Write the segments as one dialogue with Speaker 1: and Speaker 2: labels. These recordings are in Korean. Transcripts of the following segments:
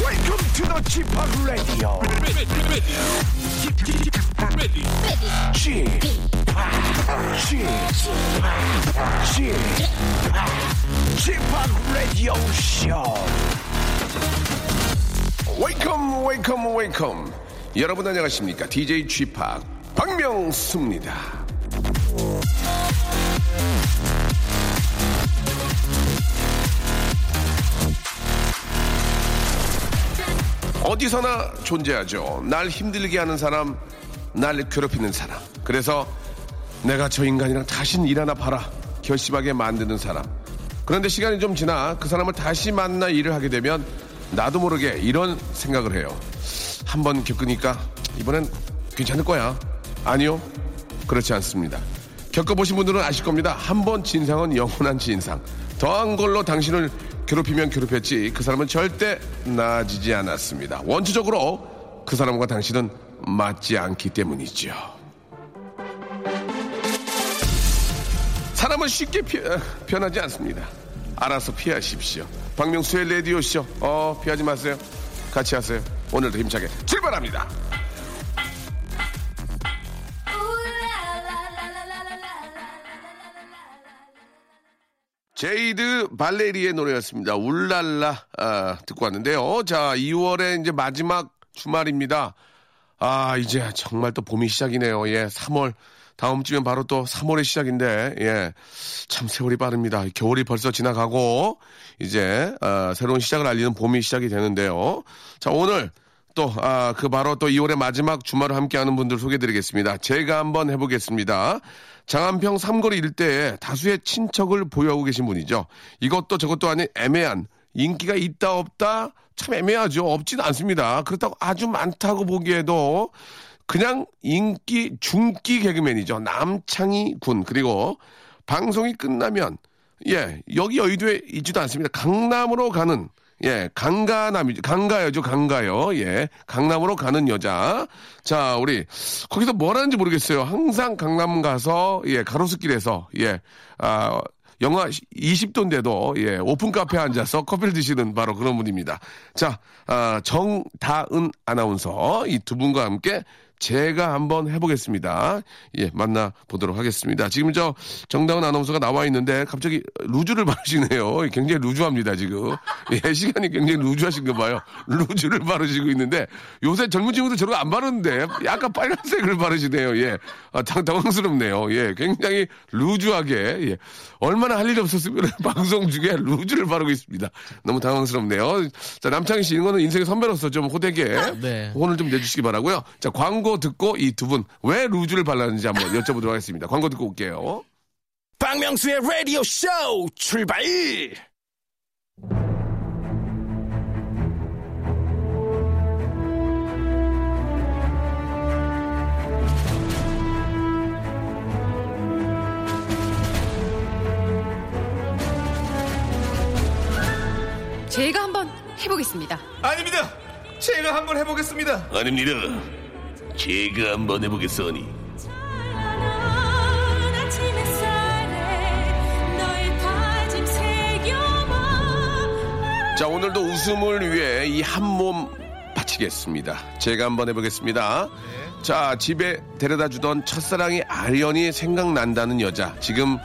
Speaker 1: Welcome to the Chip Radio. Chip, Chip, Chip, Radio Show. Welcome, welcome, welcome. 여러분 안녕하십니까? DJ Chip 박명수입니다. 어디서나 존재하죠. 날 힘들게 하는 사람, 날 괴롭히는 사람. 그래서 내가 저 인간이랑 다신 일하나 봐라. 결심하게 만드는 사람. 그런데 시간이 좀 지나 그 사람을 다시 만나 일을 하게 되면 나도 모르게 이런 생각을 해요. 한 번 겪으니까 이번엔 괜찮을 거야. 아니요. 그렇지 않습니다. 겪어보신 분들은 아실 겁니다. 한 번 진상은 영원한 진상. 더한 걸로 당신을 괴롭히면 괴롭혔지 그 사람은 절대 나아지지 않았습니다. 원초적으로 그 사람과 당신은 맞지 않기 때문이죠. 사람은 쉽게 피- 어, 변하지 않습니다. 알아서 피하십시오. 박명수의 레디오쇼. 어, 피하지 마세요. 같이 하세요. 오늘도 힘차게 출발합니다. 제이드 발레리의 노래였습니다. 울랄라 아, 듣고 왔는데요. 자, 2월의 이제 마지막 주말입니다. 아, 이제 정말 또 봄이 시작이네요. 예, 3월 다음 주면 바로 또 3월의 시작인데 예, 참 세월이 빠릅니다. 겨울이 벌써 지나가고 이제 아, 새로운 시작을 알리는 봄이 시작이 되는데요. 자, 오늘 또, 아, 그 바로 또 2월의 마지막 주말을 함께하는 분들 소개해드리겠습니다. 제가 한번 해보겠습니다. 장안평 삼거리 일대에 다수의 친척을 보유하고 계신 분이죠. 이것도 저것도 아닌 애매한 인기가 있다 없다 참 애매하죠. 없진 않습니다. 그렇다고 아주 많다고 보기에도 그냥 인기 중기 개그맨이죠. 남창희 군 그리고 방송이 끝나면 예, 여기 여의도에 있지도 않습니다. 강남으로 가는, 예, 강가남이죠. 강가요죠, 강가요. 예, 강남으로 가는 여자. 자, 우리, 거기서 뭘 하는지 모르겠어요. 항상 강남 가서, 예, 가로수길에서, 예, 아, 영하 20도인데도, 예, 오픈 카페에 앉아서 커피를 드시는 바로 그런 분입니다. 자, 아, 정다은 아나운서, 이 두 분과 함께 제가 한번 해보겠습니다. 예, 만나보도록 하겠습니다. 지금 저 정다운 아나운서가 나와 있는데 갑자기 루즈를 바르시네요. 굉장히 루즈합니다, 지금. 예, 시간이 굉장히 루즈하신가 봐요. 루즈를 바르시고 있는데 요새 젊은 친구들 저런 거안 바르는데 약간 빨간색을 바르시네요. 예. 아, 당, 당황스럽네요. 예, 굉장히 루즈하게. 예. 얼마나 할 일이 없었으면 방송 중에 루즈를 바르고 있습니다. 너무 당황스럽네요. 자, 남창희 씨, 이거는 인생의 선배로서 좀 호되게
Speaker 2: 네.
Speaker 3: 오늘 좀 내주시기 바라고요. 자 광고 듣고 이 두 분 왜 루즈를 발랐는지 한번 여쭤보도록 하겠습니다. 광고 듣고 올게요.
Speaker 1: 박명수의 라디오 쇼 출발!
Speaker 4: 네,
Speaker 5: 제가 한번 해보겠습니다.
Speaker 4: 아닙니다. 제가 한번 해보겠습니다.
Speaker 1: 아닙니다. 제가 한번 해보겠어니. 자 오늘도 웃음을 위해 이 한 몸 바치겠습니다. 제가 한번 해보겠습니다.
Speaker 4: 네.
Speaker 1: 자 집에 데려다 주던 첫사랑이 아련히 생각난다는 여자. 지금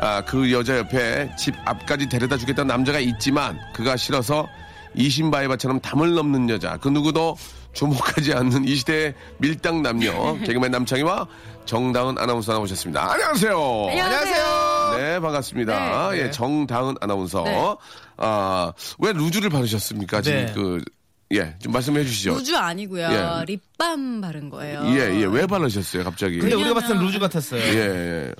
Speaker 1: 아, 그 여자 옆에 집 앞까지 데려다 주겠다는 남자가 있지만 그가 싫어서 이신바이바처럼 담을 넘는 여자. 그 누구도 주목하지 않는 이 시대의 밀당 남녀 개그맨 남창희와 정다은 아나운서 나오셨습니다. 안녕하세요.
Speaker 4: 안녕하세요.
Speaker 1: 네, 반갑습니다.
Speaker 5: 네.
Speaker 1: 아, 예, 정다은 아나운서. 아, 왜 루즈를 바르셨습니까? 지금
Speaker 2: 네.
Speaker 1: 그, 예, 좀 말씀해 주시죠.
Speaker 5: 우주 아니고요.
Speaker 1: 예.
Speaker 5: 립밤 바른 거예요.
Speaker 1: 예, 예. 왜 바르셨어요, 갑자기?
Speaker 4: 근데
Speaker 5: 왜냐면-
Speaker 4: 우리가 봤을 땐 루즈 같았어요.
Speaker 1: 예, 예.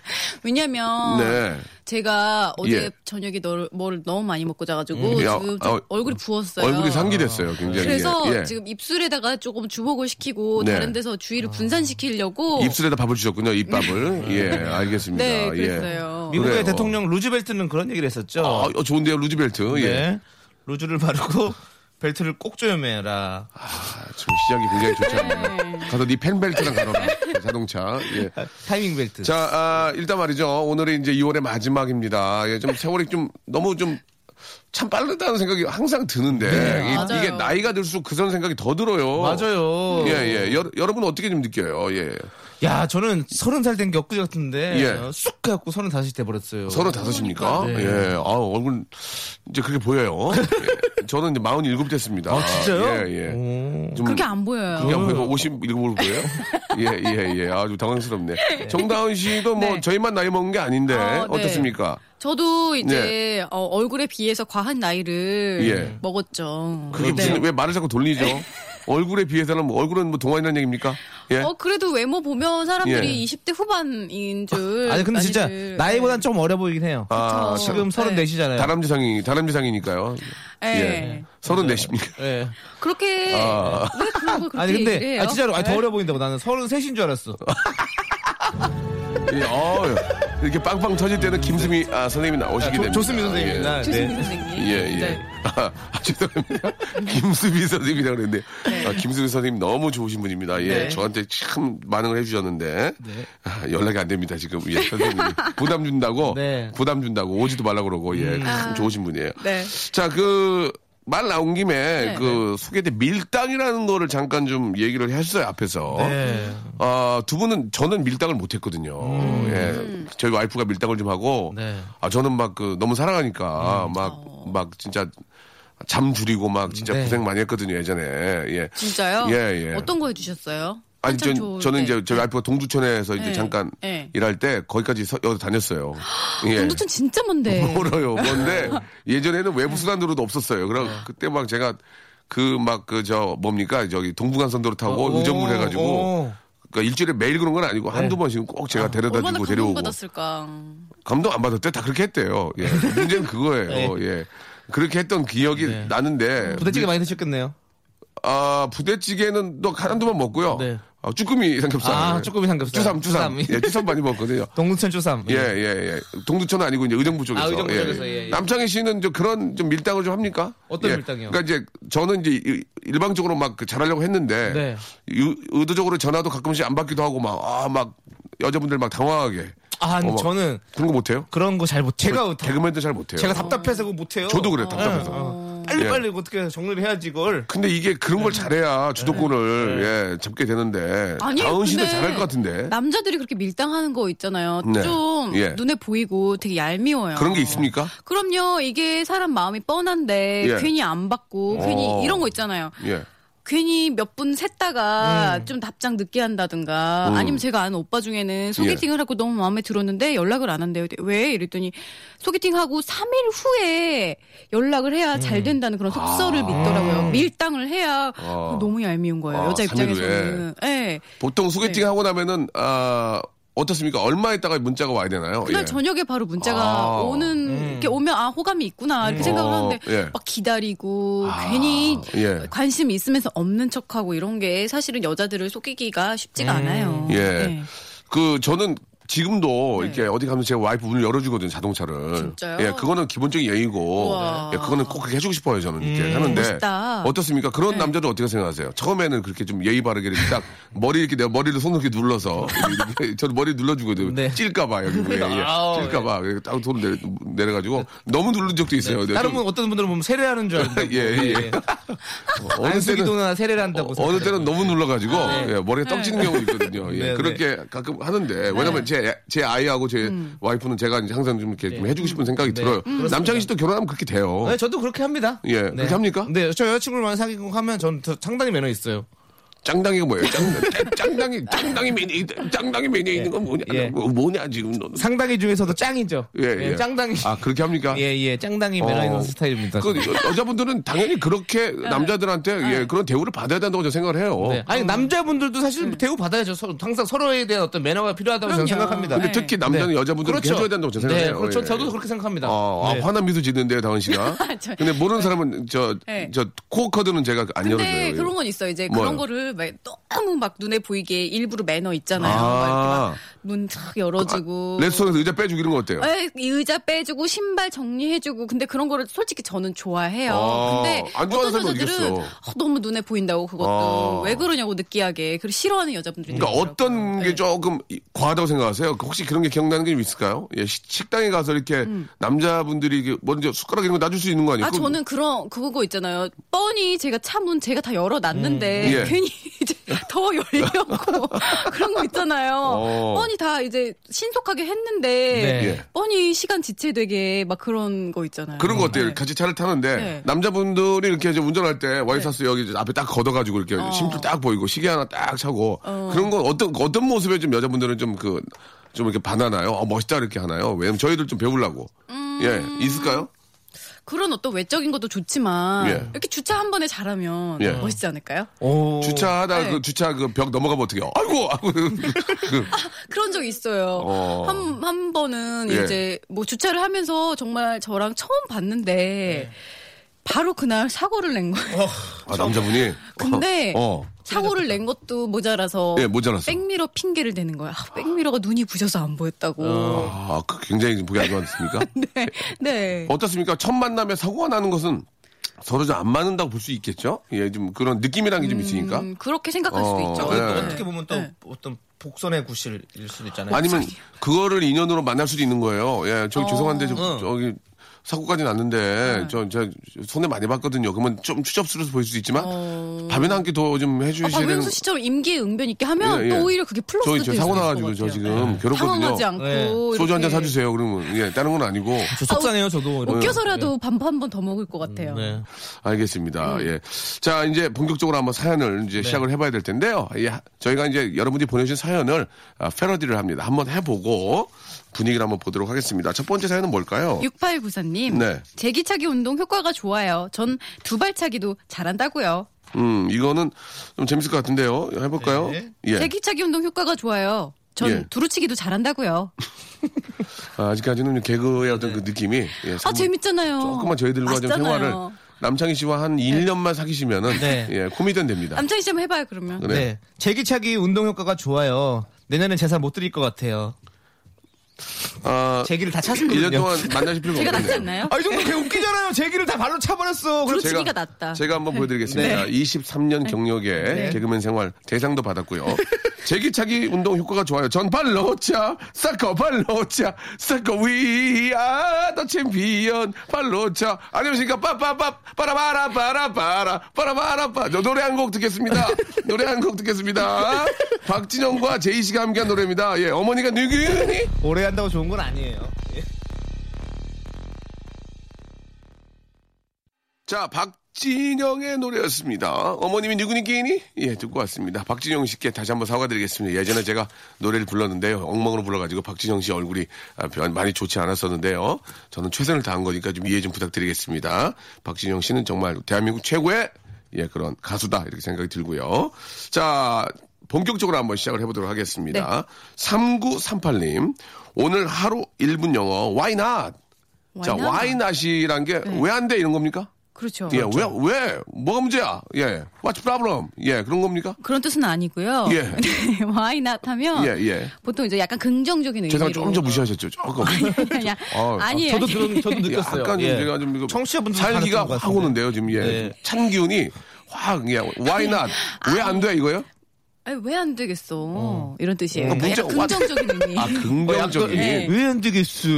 Speaker 5: 왜냐면
Speaker 1: 네.
Speaker 5: 제가 어제
Speaker 1: 예.
Speaker 5: 저녁에 널- 뭘 너무 많이 먹고 자가지고
Speaker 1: 야,
Speaker 5: 지금 좀
Speaker 1: 어,
Speaker 5: 얼굴이 부었어요. 아,
Speaker 1: 얼굴이 상기됐어요, 굉장히.
Speaker 5: 그래서
Speaker 1: 예.
Speaker 5: 지금 입술에다가 조금 주목을 시키고
Speaker 1: 네.
Speaker 5: 다른 데서 주의를
Speaker 4: 아.
Speaker 5: 분산시키려고
Speaker 1: 입술에다 밥을 주셨군요, 입밥을. 예, 알겠습니다.
Speaker 5: 네
Speaker 1: 예.
Speaker 5: 그랬어요.
Speaker 4: 미국의
Speaker 1: 그래요.
Speaker 4: 대통령 루즈벨트는 그런 얘기를 했었죠.
Speaker 1: 아, 어, 좋은데요, 루즈벨트.
Speaker 4: 네.
Speaker 1: 예.
Speaker 4: 루즈를 바르고 벨트를 꼭 조여매라.
Speaker 1: 아, 지금 시작이 굉장히 좋지 않나요? 가서 네 펜벨트랑 가라. 자동차. 예.
Speaker 4: 타이밍 벨트.
Speaker 1: 자, 아, 일단 말이죠. 오늘이 이제 2월의 마지막입니다. 예, 좀 세월이 좀 너무 좀. 참 빠르다는 생각이 항상 드는데 이,
Speaker 5: 맞아요.
Speaker 1: 게 나이가 들수록 그런 생각이 더 들어요.
Speaker 4: 맞아요.
Speaker 1: 예, 예. 여, 여러분 어떻게 좀 느껴요? 예.
Speaker 4: 야, 저는 서른 살 된 게 엊그제 같은데
Speaker 1: 예.
Speaker 4: 어, 쑥 해갖고 서른 다섯이 돼버렸어요.
Speaker 1: 서른 다섯입니까?
Speaker 4: 네.
Speaker 1: 예. 아 얼굴 이제 그게 보여요. 예. 저는 이제 마흔 일곱 됐습니다.
Speaker 4: 아, 진짜요?
Speaker 1: 예, 예.
Speaker 4: 오.
Speaker 1: 좀
Speaker 5: 그렇게 안 보여요.
Speaker 1: 그게 안 보이고 57으로 보여요? 예, 예, 예. 아주 당황스럽네. 정다은 씨도 뭐
Speaker 5: 네.
Speaker 1: 저희만 나이 먹은 게 아닌데
Speaker 5: 어, 네.
Speaker 1: 어떻습니까?
Speaker 5: 저도 이제 어, 얼굴에 비해서 과한 나이를
Speaker 1: 네. 예.
Speaker 5: 먹었죠. 네.
Speaker 1: 그게 무슨 왜 말을 자꾸 돌리죠? 얼굴에 비해서는 뭐, 얼굴은 뭐 동안이라는 얘기입니까? 예.
Speaker 5: 어 그래도 외모 보면 사람들이
Speaker 1: 예.
Speaker 5: 20대 후반인 줄
Speaker 4: 아니, 근데 진짜
Speaker 5: 많이들-
Speaker 4: 나이보단 좀 어려 보이긴 해요.
Speaker 1: 아,
Speaker 5: 그- 그쵸.
Speaker 4: 지금
Speaker 5: 네.
Speaker 4: 서른 넷이잖아요.
Speaker 1: 다람쥐상이 다람쥐상이니까요.
Speaker 5: 예.
Speaker 1: 예. 아. 서른 넷입니까?
Speaker 4: 예.
Speaker 5: 그렇게 왜 그런 걸 그렇게
Speaker 4: 아니
Speaker 5: 얘기를
Speaker 4: 근데
Speaker 5: 해요?
Speaker 4: 아, 진짜로 아니, 더 어려 보인다고 나는 서른 셋인 줄 알았어.
Speaker 1: 아, 예. 어, 이렇게 빵빵 터질 때는 김수미 아, 선생님이 나오시게 됩니다.
Speaker 4: 좋습니다 선생님.
Speaker 1: 예.
Speaker 4: 나,
Speaker 5: 교수님
Speaker 4: 네.
Speaker 5: 선생님.
Speaker 1: 예, 예.
Speaker 5: 네.
Speaker 1: 아, 죄송합니다. 김수비 선생님이라고 그랬는데.
Speaker 5: 네.
Speaker 1: 아, 김수비 선생님 너무 좋으신 분입니다. 예. 저한테 참 반응을 해주셨는데.
Speaker 5: 네.
Speaker 1: 아, 연락이 안 됩니다, 지금. 예, 선생님. 부담 준다고.
Speaker 4: 네.
Speaker 1: 부담 준다고. 오지도 말라고 그러고. 예. 참 좋으신 분이에요.
Speaker 5: 음. 네.
Speaker 1: 자, 그. 말 나온 김에
Speaker 5: 네.
Speaker 1: 그 소개된 밀당이라는 거를 잠깐 좀 얘기를 했어요 앞에서
Speaker 4: 네.
Speaker 1: 아, 두 분은 저는 밀당을 못 했거든요.
Speaker 5: 음.
Speaker 1: 예. 저희 와이프가 밀당을 좀 하고
Speaker 4: 네.
Speaker 1: 아, 저는 막 그 너무 사랑하니까
Speaker 5: 음.
Speaker 1: 막
Speaker 5: 어.
Speaker 1: 막 진짜 잠 줄이고 막 진짜
Speaker 4: 네.
Speaker 1: 고생 많이 했거든요, 예전에. 예.
Speaker 5: 진짜요?
Speaker 1: 예, 예.
Speaker 5: 어떤 거 해주셨어요?
Speaker 1: 아니,
Speaker 5: 한창
Speaker 1: 전,
Speaker 5: 좋을
Speaker 1: 저는
Speaker 5: 때.
Speaker 1: 이제 저희 와이프가 동두천에서 이제
Speaker 5: 네.
Speaker 1: 잠깐
Speaker 5: 네.
Speaker 1: 일할 때 거기까지 서, 여기 다녔어요. 예.
Speaker 5: 동두천 진짜 뭔데?
Speaker 1: 멀어요. 뭔데 예전에는
Speaker 5: 네.
Speaker 1: 외부 수단으로도 없었어요. 그럼 그때 막 제가 그 막 그 저 뭡니까 저기 동부간선도로 타고
Speaker 4: 어,
Speaker 1: 뭐, 의정부 를 해가지고
Speaker 4: 오.
Speaker 1: 그러니까 일주일에 매일 그런 건 아니고
Speaker 4: 네.
Speaker 1: 한두 번씩은 꼭 제가
Speaker 5: 얼마나
Speaker 1: 데려다주고
Speaker 5: 감동
Speaker 1: 데려오고
Speaker 5: 받았을까?
Speaker 1: 감동 안 받았대 다 그렇게 했대요. 예. 문제는 그거예요. 예. 그렇게 했던 기억이 나는데
Speaker 4: 네.
Speaker 1: 음,
Speaker 4: 부대찌개 많이 드셨겠네요.
Speaker 1: 아 부대찌개는 또 한두 번 먹고요.
Speaker 4: 네.
Speaker 1: 아, 쭈꾸미 삼겹살.
Speaker 4: 아, 쭈꾸미 삼겹살.
Speaker 1: 쭈삼 쭈삼.
Speaker 4: 쭈삼이.
Speaker 1: 예, 쭈삼 많이 먹거든요.
Speaker 4: 동두천 추삼.
Speaker 1: 예, 예, 예. 동두천은 아니고 이제 의정부 쪽에서.
Speaker 4: 네. 아, 의정부 쪽에서, 예, 예.
Speaker 1: 남창희 씨는 저 그런 좀 밀당을 좀 합니까?
Speaker 4: 어떤
Speaker 1: 예.
Speaker 4: 밀당이요?
Speaker 1: 그러니까 이제 저는 이제 이- 일방적으로 막 그 잘하려고 했는데
Speaker 4: 네.
Speaker 1: 유- 의도적으로 전화도 가끔씩 안 받기도 하고 막 아, 막 여자분들 막 당황하게.
Speaker 4: 아, 근데
Speaker 1: 어, 막
Speaker 4: 저는
Speaker 1: 그런 거 못해요?
Speaker 4: 그런 거 잘 못. 제가 다-
Speaker 1: 개그맨들 잘 못해요.
Speaker 4: 제가 어. 네. 답답해서 그거 못해요.
Speaker 1: 저도 그래요, 답답해서.
Speaker 4: 빨리
Speaker 5: 어.
Speaker 1: 예.
Speaker 4: 빨리 어떻게 해서 정리를 해야지 이걸.
Speaker 1: 근데 이게 그런
Speaker 4: 네.
Speaker 1: 걸 잘해야 주도권을 예, 잡게 되는데
Speaker 5: 아니요,
Speaker 1: 다은 씨도
Speaker 5: 근데
Speaker 1: 잘할 것 같은데
Speaker 5: 남자들이 그렇게 밀당하는 거 있잖아요.
Speaker 1: 예? 네.
Speaker 5: 좀
Speaker 1: 예.
Speaker 5: 눈에 보이고 되게 얄미워요.
Speaker 1: 그런 게 있습니까?
Speaker 5: 그럼요. 이게 사람 마음이 뻔한데
Speaker 1: 예.
Speaker 5: 괜히 안 받고 괜히
Speaker 1: 어.
Speaker 5: 이런 거 있잖아요.
Speaker 1: 예.
Speaker 5: 괜히 몇 분 샜다가
Speaker 1: 음.
Speaker 5: 좀 답장 늦게 한다든가 아니면 제가 아는 오빠 중에는
Speaker 1: 예.
Speaker 5: 소개팅을 하고 너무 마음에 들었는데 연락을 안 한대요. 왜? 이랬더니 소개팅하고 3일 후에 연락을 해야
Speaker 1: 음.
Speaker 5: 잘 된다는 그런 속설을 믿더라고요. 밀당을 해야 그거 너무 얄미운 거예요.
Speaker 1: 아,
Speaker 5: 여자
Speaker 1: 3일 후에.
Speaker 5: 입장에서는. 예.
Speaker 1: 보통 소개팅 하고 나면은 아 어떻습니까? 얼마 있다가 문자가 와야 되나요?
Speaker 5: 그날
Speaker 1: 예.
Speaker 5: 저녁에 바로 문자가
Speaker 1: 아.
Speaker 5: 오는 이렇게 오면 아 호감이 있구나 이렇게 생각을
Speaker 1: 어,
Speaker 5: 하는데
Speaker 1: 예. 아,
Speaker 5: 막 기다리고 괜히
Speaker 1: 예.
Speaker 5: 관심 있으면서 없는 척하고 이런 게 사실은 여자들을 속이기가 쉽지가 않아요.
Speaker 1: 예.
Speaker 5: 네.
Speaker 1: 그 저는 지금도 이렇게 어디 가면 제가 와이프 문을 열어주거든요 자동차를.
Speaker 5: 진짜요?
Speaker 1: 예, 그거는 기본적인 예의고,
Speaker 5: 우와.
Speaker 1: 예, 그거는 꼭 그렇게 해주고 싶어요 저는 이렇게
Speaker 4: 음.
Speaker 1: 하는데
Speaker 5: 멋있다. 네.
Speaker 1: 어떻습니까? 그런 남자들 어떻게 생각하세요? 처음에는 그렇게 좀 예의 바르게 이렇게 딱 머리 이렇게 내가 머리를 손으로 이렇게 눌러서 이렇게 저는 머리 눌러주거든요.
Speaker 4: 네.
Speaker 1: 찔까봐 여기 뭐 예, 예.
Speaker 4: 아우,
Speaker 1: 찔까봐 이렇게 딱 손을 내려, 내려가지고 너무 누른 적도 그, 있어요. 내가
Speaker 4: 네. 다른
Speaker 1: 좀
Speaker 4: 분 어떤 분들은 보면 세례하는 줄 알고.
Speaker 1: 예, 예. 어느 때는
Speaker 4: 안수기도나 세례를 한다고.
Speaker 1: 어, 느
Speaker 4: 뭐 생각해요.
Speaker 1: 때는 너무 눌러가지고 예, 머리에 떡지는 경우 있거든요. 예,
Speaker 4: 네,
Speaker 1: 그렇게 가끔 하는데 왜냐면 제, 제 아이하고 제 와이프는 제가 이제 항상 좀 이렇게 좀 해주고 싶은 생각이 들어요. 남창희 씨도 결혼하면 그렇게 돼요.
Speaker 4: 네, 저도 그렇게 합니다.
Speaker 1: 예, 그렇게 합니까?
Speaker 4: 네, 저 여자친구를 많이 사귀고 하면 저는 더 상당히 매너 있어요.
Speaker 1: 짱당이가 뭐예요? 짱, 짱당이, 짱당이 메뉴, 짱당이 메뉴에 있는 건 뭐냐?
Speaker 4: 예.
Speaker 1: 뭐- 뭐냐, 지금 너는.
Speaker 4: 상당히 중에서도 짱이죠.
Speaker 1: 예, 예.
Speaker 4: 짱당이.
Speaker 1: 아, 그렇게 합니까?
Speaker 4: 예, 예. 짱당이
Speaker 1: 어.
Speaker 4: 메라이너 스타일입니다.
Speaker 1: 그 여자분들은 당연히 그렇게 남자들한테 예, 그런 대우를 받아야 된다고 저는 생각을 해요.
Speaker 4: 네. 아니 남자분들도 사실 대우 받아야죠. 서로 항상 서로에 대한 어떤 매너가 필요하다고 저는
Speaker 5: 네. 그럼요.
Speaker 4: 생각합니다.
Speaker 1: 근데
Speaker 5: 네.
Speaker 1: 특히 남자는
Speaker 4: 네.
Speaker 1: 여자분들은 그
Speaker 4: 그렇죠.
Speaker 1: 해줘야 된다고 저는
Speaker 4: 네,
Speaker 1: 생각해요. 예.
Speaker 4: 그렇죠. 저도 그렇게 생각합니다.
Speaker 1: 아, 아,
Speaker 4: 네.
Speaker 1: 화난 미소 짓는데 다은 씨가.
Speaker 5: 아, 저-
Speaker 1: 근데 모르는 사람은 저
Speaker 5: 네.
Speaker 1: 저 코어 커드는 제가 안 열어줘요. 예.
Speaker 5: 근데
Speaker 1: 이거.
Speaker 5: 그런 건 있어. 이제
Speaker 1: 뭐요?
Speaker 5: 그런 거를 막 너무 막 눈에 보이게 일부러 매너 있잖아요.
Speaker 1: 아.
Speaker 5: 막눈탁 열어주고.
Speaker 1: 레스토랑에서 의자 빼주고 이런 거 어때요?
Speaker 5: 에, 이 의자 빼주고 신발 정리해주고 근데 그런 거를 솔직히 저는 좋아해요.
Speaker 1: 아,
Speaker 5: 근데
Speaker 1: 안 좋아하는
Speaker 5: 어떤
Speaker 1: 사람이
Speaker 5: 여자들은
Speaker 1: 어디겠어.
Speaker 5: 아, 너무 눈에 보인다고 그것도
Speaker 1: 아.
Speaker 5: 왜 그러냐고 느끼하게 그리고 싫어하는 여자분들이
Speaker 1: 그러니까
Speaker 5: 있더라고요. 네.
Speaker 1: 어떤 게 조금 이- 과하다고 생각하세요? 그 혹시 그런 게 기억나는 게 있을까요? 예, 시- 식당에 가서 이렇게 남자분들이 이게 먼저 숟가락 이런 거 놔줄 수 있는 거 아니에요?
Speaker 5: 음.
Speaker 1: 뭐-
Speaker 5: 아
Speaker 1: 그거-
Speaker 5: 저는 그런 그거 있잖아요. 뻔히 제가 차문 제가 다 열어놨는데
Speaker 1: 음. 예.
Speaker 5: 괜히 이제 더 열려고 그런 거 있잖아요.
Speaker 1: 어.
Speaker 5: 뻔히 다 이제 신속하게 했는데
Speaker 4: 네.
Speaker 1: 예.
Speaker 5: 뻔히 시간 지체되게 막 그런 거 있잖아요.
Speaker 1: 그런 거 어때요?
Speaker 5: 네.
Speaker 1: 같이 차를 타는데
Speaker 5: 네.
Speaker 1: 남자분들이 이렇게 이제 운전할 때 와이사스 여기 이제 앞에 딱 걷어가지고 이렇게 심줄 딱 보이고 시계 하나 딱 차고 그런 건 어떤 어떤 모습에 좀 여자분들은 좀 그 좀 이렇게 반하나요? 어, 멋있다 이렇게 하나요? 왜냐면 저희들 좀 배우려고
Speaker 5: 음.
Speaker 1: 예 있을까요?
Speaker 5: 그런 어떤 외적인 것도 좋지만
Speaker 1: 예.
Speaker 5: 이렇게 주차 한 번에 잘하면
Speaker 1: 예.
Speaker 5: 멋있지 않을까요?
Speaker 4: 오.
Speaker 1: 주차하다
Speaker 5: 네.
Speaker 1: 그 주차 그 벽 넘어가면 어떻게 해요? 아이고 아이고 그,
Speaker 5: 그런 적이 있어요.
Speaker 1: 어.
Speaker 5: 한 한 번은
Speaker 1: 예.
Speaker 5: 이제 뭐 주차를 하면서 정말 저랑 처음 봤는데 바로 그날 사고를 낸 거예요.
Speaker 1: 아, 남자분이
Speaker 5: 근데
Speaker 1: 어,
Speaker 5: 사고를 낸 것도 모자라서
Speaker 1: 예, 모자랐어.
Speaker 5: 백미러 핑계를 대는 거야. 아, 백미러가 눈이 부셔서 안 보였다고.
Speaker 1: 아, 그 굉장히 보기 안 좋았습니까?
Speaker 5: 네. 네.
Speaker 1: 어떻습니까? 첫 만남에 사고가 나는 것은 서로 좀 안 맞는다고 볼 수 있겠죠? 예, 좀 그런 느낌이라는 게 좀 있으니까.
Speaker 5: 음, 그렇게 생각할
Speaker 1: 어,
Speaker 5: 수도 있죠.
Speaker 1: 예.
Speaker 4: 또
Speaker 1: 네.
Speaker 4: 어떻게 보면 또
Speaker 5: 네.
Speaker 4: 어떤 복선의 구실일 수도 있잖아요.
Speaker 1: 아니면 그거를 인연으로 만날 수도 있는 거예요. 예,
Speaker 5: 어.
Speaker 1: 저 죄송한데 저,
Speaker 4: 응.
Speaker 1: 저기 사고까지
Speaker 5: 네.
Speaker 1: 났는데 저, 저 손해 많이 봤거든요. 그러면 좀 추접스러워서 보일 수도 있지만
Speaker 5: 어.
Speaker 1: 밥이나 한 끼 더 좀
Speaker 5: 아,
Speaker 1: 해주셔야 되는.
Speaker 5: 박명수 씨처럼 임기응변 있게 하면
Speaker 1: 예, 예.
Speaker 5: 또 오히려 그게 플러스
Speaker 1: 저희
Speaker 5: 될수
Speaker 1: 저
Speaker 5: 있을
Speaker 1: 사고
Speaker 5: 것
Speaker 1: 나가지고 저
Speaker 5: 같아요. 네.
Speaker 1: 지금 괴롭거든요.
Speaker 5: 당황하지 않고
Speaker 4: 네.
Speaker 1: 소주 한 잔
Speaker 5: 이렇게
Speaker 1: 사주세요. 그러면 예, 다른 건 아니고.
Speaker 4: 저 속상해요, 저도. 이렇게.
Speaker 1: 예.
Speaker 5: 웃겨서라도 밥 한 번 더 먹을 것 같아요.
Speaker 4: 네.
Speaker 1: 알겠습니다.
Speaker 5: 음.
Speaker 1: 예. 자, 이제 본격적으로 한번 사연을
Speaker 5: 네.
Speaker 1: 이제 시작을 해봐야 될 텐데요. 예, 하- 저희가 이제 여러분들이 보내주신 사연을 아, 패러디를 합니다. 한번 해보고 분위기를 한번 보도록 하겠습니다. 첫 번째 사연은 뭘까요?
Speaker 5: 6894님,
Speaker 1: 네.
Speaker 5: 제기차기 운동 효과가 좋아요. 전 두발차기도 잘한다고요.
Speaker 1: 음, 이거는 좀 재밌을 것 같은데요. 해볼까요?
Speaker 4: 네.
Speaker 1: 예.
Speaker 5: 제기차기 운동 효과가 좋아요. 전
Speaker 1: 예.
Speaker 5: 두루치기도 잘한다고요.
Speaker 1: 아, 직까지는 개그의 어떤 그 느낌이. 예,
Speaker 5: 아
Speaker 1: 상-
Speaker 5: 재밌잖아요.
Speaker 1: 조금만 저희들과 좀
Speaker 5: 아시잖아요. 네.
Speaker 1: 생활을 남창희 씨와 한 1년만 사귀시면은
Speaker 4: 네.
Speaker 1: 예, 코미디언 됩니다.
Speaker 5: 남창희 씨 한번 해봐요 그러면.
Speaker 1: 네.
Speaker 4: 네. 제기차기 운동 효과가 좋아요. 내년엔 제사 못 드릴 것 같아요.
Speaker 1: 아,
Speaker 4: 제기를 다 찼거든요.
Speaker 1: 1년 동안 만나실 필요가 없네요.
Speaker 5: 제가 낫지 않나요?
Speaker 4: 아, 이 정도 개 웃기잖아요. 제기를 다 발로 차버렸어. 그래서
Speaker 5: 두루치기가 낫다. 네.
Speaker 1: 제가 한번 보여드리겠습니다. 23년 경력의 개그맨 생활 대상도 받았고요. 제기차기 운동 효과가 좋아요. 전 발로차, 사커 발로차, 사커 위아 더 챔피언 발로차. 안녕하십니까? 빠빠빠 빠라바라 빠라바라 빠라바라 빠. 저 노래 한 곡 듣겠습니다. 노래 한 곡 듣겠습니다. 박진영과 제이 씨가 함께한 노래입니다. 예, 어머니가 누구니?
Speaker 4: 오래 한다고 좋은 건 아니에요. 예.
Speaker 1: 자, 박진영의 노래였습니다. 어머님이 누구니 끼니? 예, 듣고 왔습니다. 박진영 씨께 다시 한번 사과드리겠습니다. 예전에 제가 노래를 불렀는데요. 엉망으로 불러가지고 박진영 씨 얼굴이 아, 별- 많이 좋지 않았었는데요. 저는 최선을 다한 거니까 좀 이해 좀 부탁드리겠습니다. 박진영 씨는 정말 대한민국 최고의 예, 그런 가수다. 이렇게 생각이 들고요. 자, 본격적으로 한번 시작을 해보도록 하겠습니다. 3938님, 오늘 하루 1분 영어, why not? 네. 자,
Speaker 5: 완전.
Speaker 1: why not이란 게 왜 안 돼? 이런 겁니까?
Speaker 5: 그렇죠.
Speaker 1: 예, 왜, 왜? 뭐가 문제야? 예. What's problem? 예, 그런 겁니까?
Speaker 5: 그런 뜻은 아니고요.
Speaker 1: 예.
Speaker 5: 네, why not 하면
Speaker 1: 예, 예.
Speaker 5: 보통 이제 약간 긍정적인 의미로.
Speaker 1: 죄송합니다. 조금 더 무시하셨죠? 조금.
Speaker 5: 아니야.
Speaker 1: 아,
Speaker 5: 아니에요.
Speaker 4: 저도 들은, 저도
Speaker 1: 예,
Speaker 4: 느꼈어요.
Speaker 1: 약간 좀
Speaker 4: 예.
Speaker 1: 제가 좀 이거
Speaker 4: 청취자분들
Speaker 1: 살기가 확 오는데요, 지금. 예.
Speaker 4: 네.
Speaker 1: 찬 기운이 확, 예. Why not? 왜 안 돼, 이거예요?
Speaker 5: 왜 안 되겠어? 이런 뜻이에요.
Speaker 1: 그러니까 문제-
Speaker 5: 약간 긍정적인 의미.
Speaker 1: 아, 긍정적인.
Speaker 5: 예.
Speaker 4: 어, 왜안 되겠어?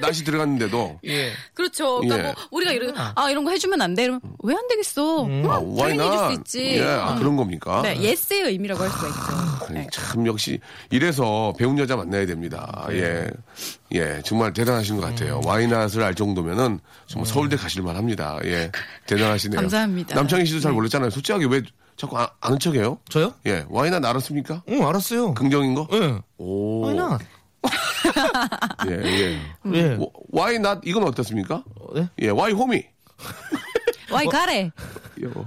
Speaker 1: 낯이 들어갔는데도.
Speaker 4: 예.
Speaker 5: 그렇죠. 그러니까
Speaker 1: 예.
Speaker 5: 뭐 우리가 이런 아 이런 거 해주면 안 돼. 이러면 왜 안 되겠어? 음,
Speaker 1: 아,
Speaker 5: 당연히
Speaker 1: why
Speaker 5: 해줄 수
Speaker 1: not?
Speaker 5: 있지.
Speaker 1: 예, 아,
Speaker 5: 음.
Speaker 1: 그런 겁니까?
Speaker 5: 네, 예스의 의미라고 할 수가 있죠.
Speaker 1: 아니,
Speaker 5: 네.
Speaker 1: 참 역시 이래서 배운 여자 만나야 됩니다.
Speaker 5: 네.
Speaker 1: 예, 예, 정말 대단하신 것 같아요.
Speaker 5: 음.
Speaker 1: 와이낫을 알 정도면은 정말 서울대 가실만 합니다. 예, 대단하시네요.
Speaker 5: 네. 감사합니다. 네.
Speaker 1: 남창희 씨도 잘 몰랐잖아요. 솔직하게 왜 자꾸 아, 아는 척해요?
Speaker 4: 저요?
Speaker 1: 예, 와이나 알았습니까?
Speaker 4: 응, 알았어요.
Speaker 1: 긍정인 거?
Speaker 4: 예.
Speaker 1: 오.
Speaker 4: Why not?
Speaker 1: 예, 예.
Speaker 5: 음. 네.
Speaker 4: 예.
Speaker 1: 워- Why not? 이건 어떻습니까?
Speaker 4: 어, 네?
Speaker 1: 예, why homie?
Speaker 5: 와이 가래.
Speaker 1: 예, 어,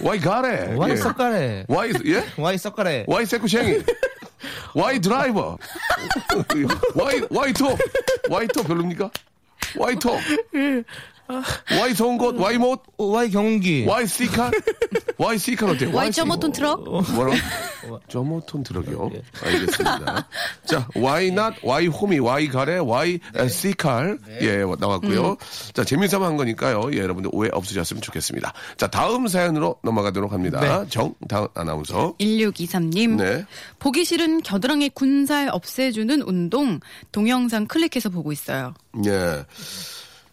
Speaker 1: Why 가래?
Speaker 4: 와이
Speaker 1: 예.
Speaker 4: 썩가래.
Speaker 1: Why, 예?
Speaker 4: 와이 썩가래.
Speaker 1: Why 세쿠쉥이? Why 드라이버? Why, why 톱? Why 톱 별로입니까? Why 톱? Why 송곳? Why 못?
Speaker 4: 어, 와이 경운기.
Speaker 1: Why 시카? Why 시카 어때요?
Speaker 5: 와이 점오톤 트럭.
Speaker 1: 뭐라고? 점오톤 트럭이요. 알겠습니다. 자, why not, why homie, why 가래, why 시칼. 예, 나왔고요. 자, 재미삼아 한 거니까요. 예, 여러분들 오해 없으셨으면 좋겠습니다. 자, 다음 사연으로 넘어가도록 합니다. 정다은 아나운서.
Speaker 5: 1623님.
Speaker 1: 네.
Speaker 5: 보기 싫은 겨드랑이 군살 없애주는 운동 동영상 클릭해서 보고 있어요.
Speaker 1: 예.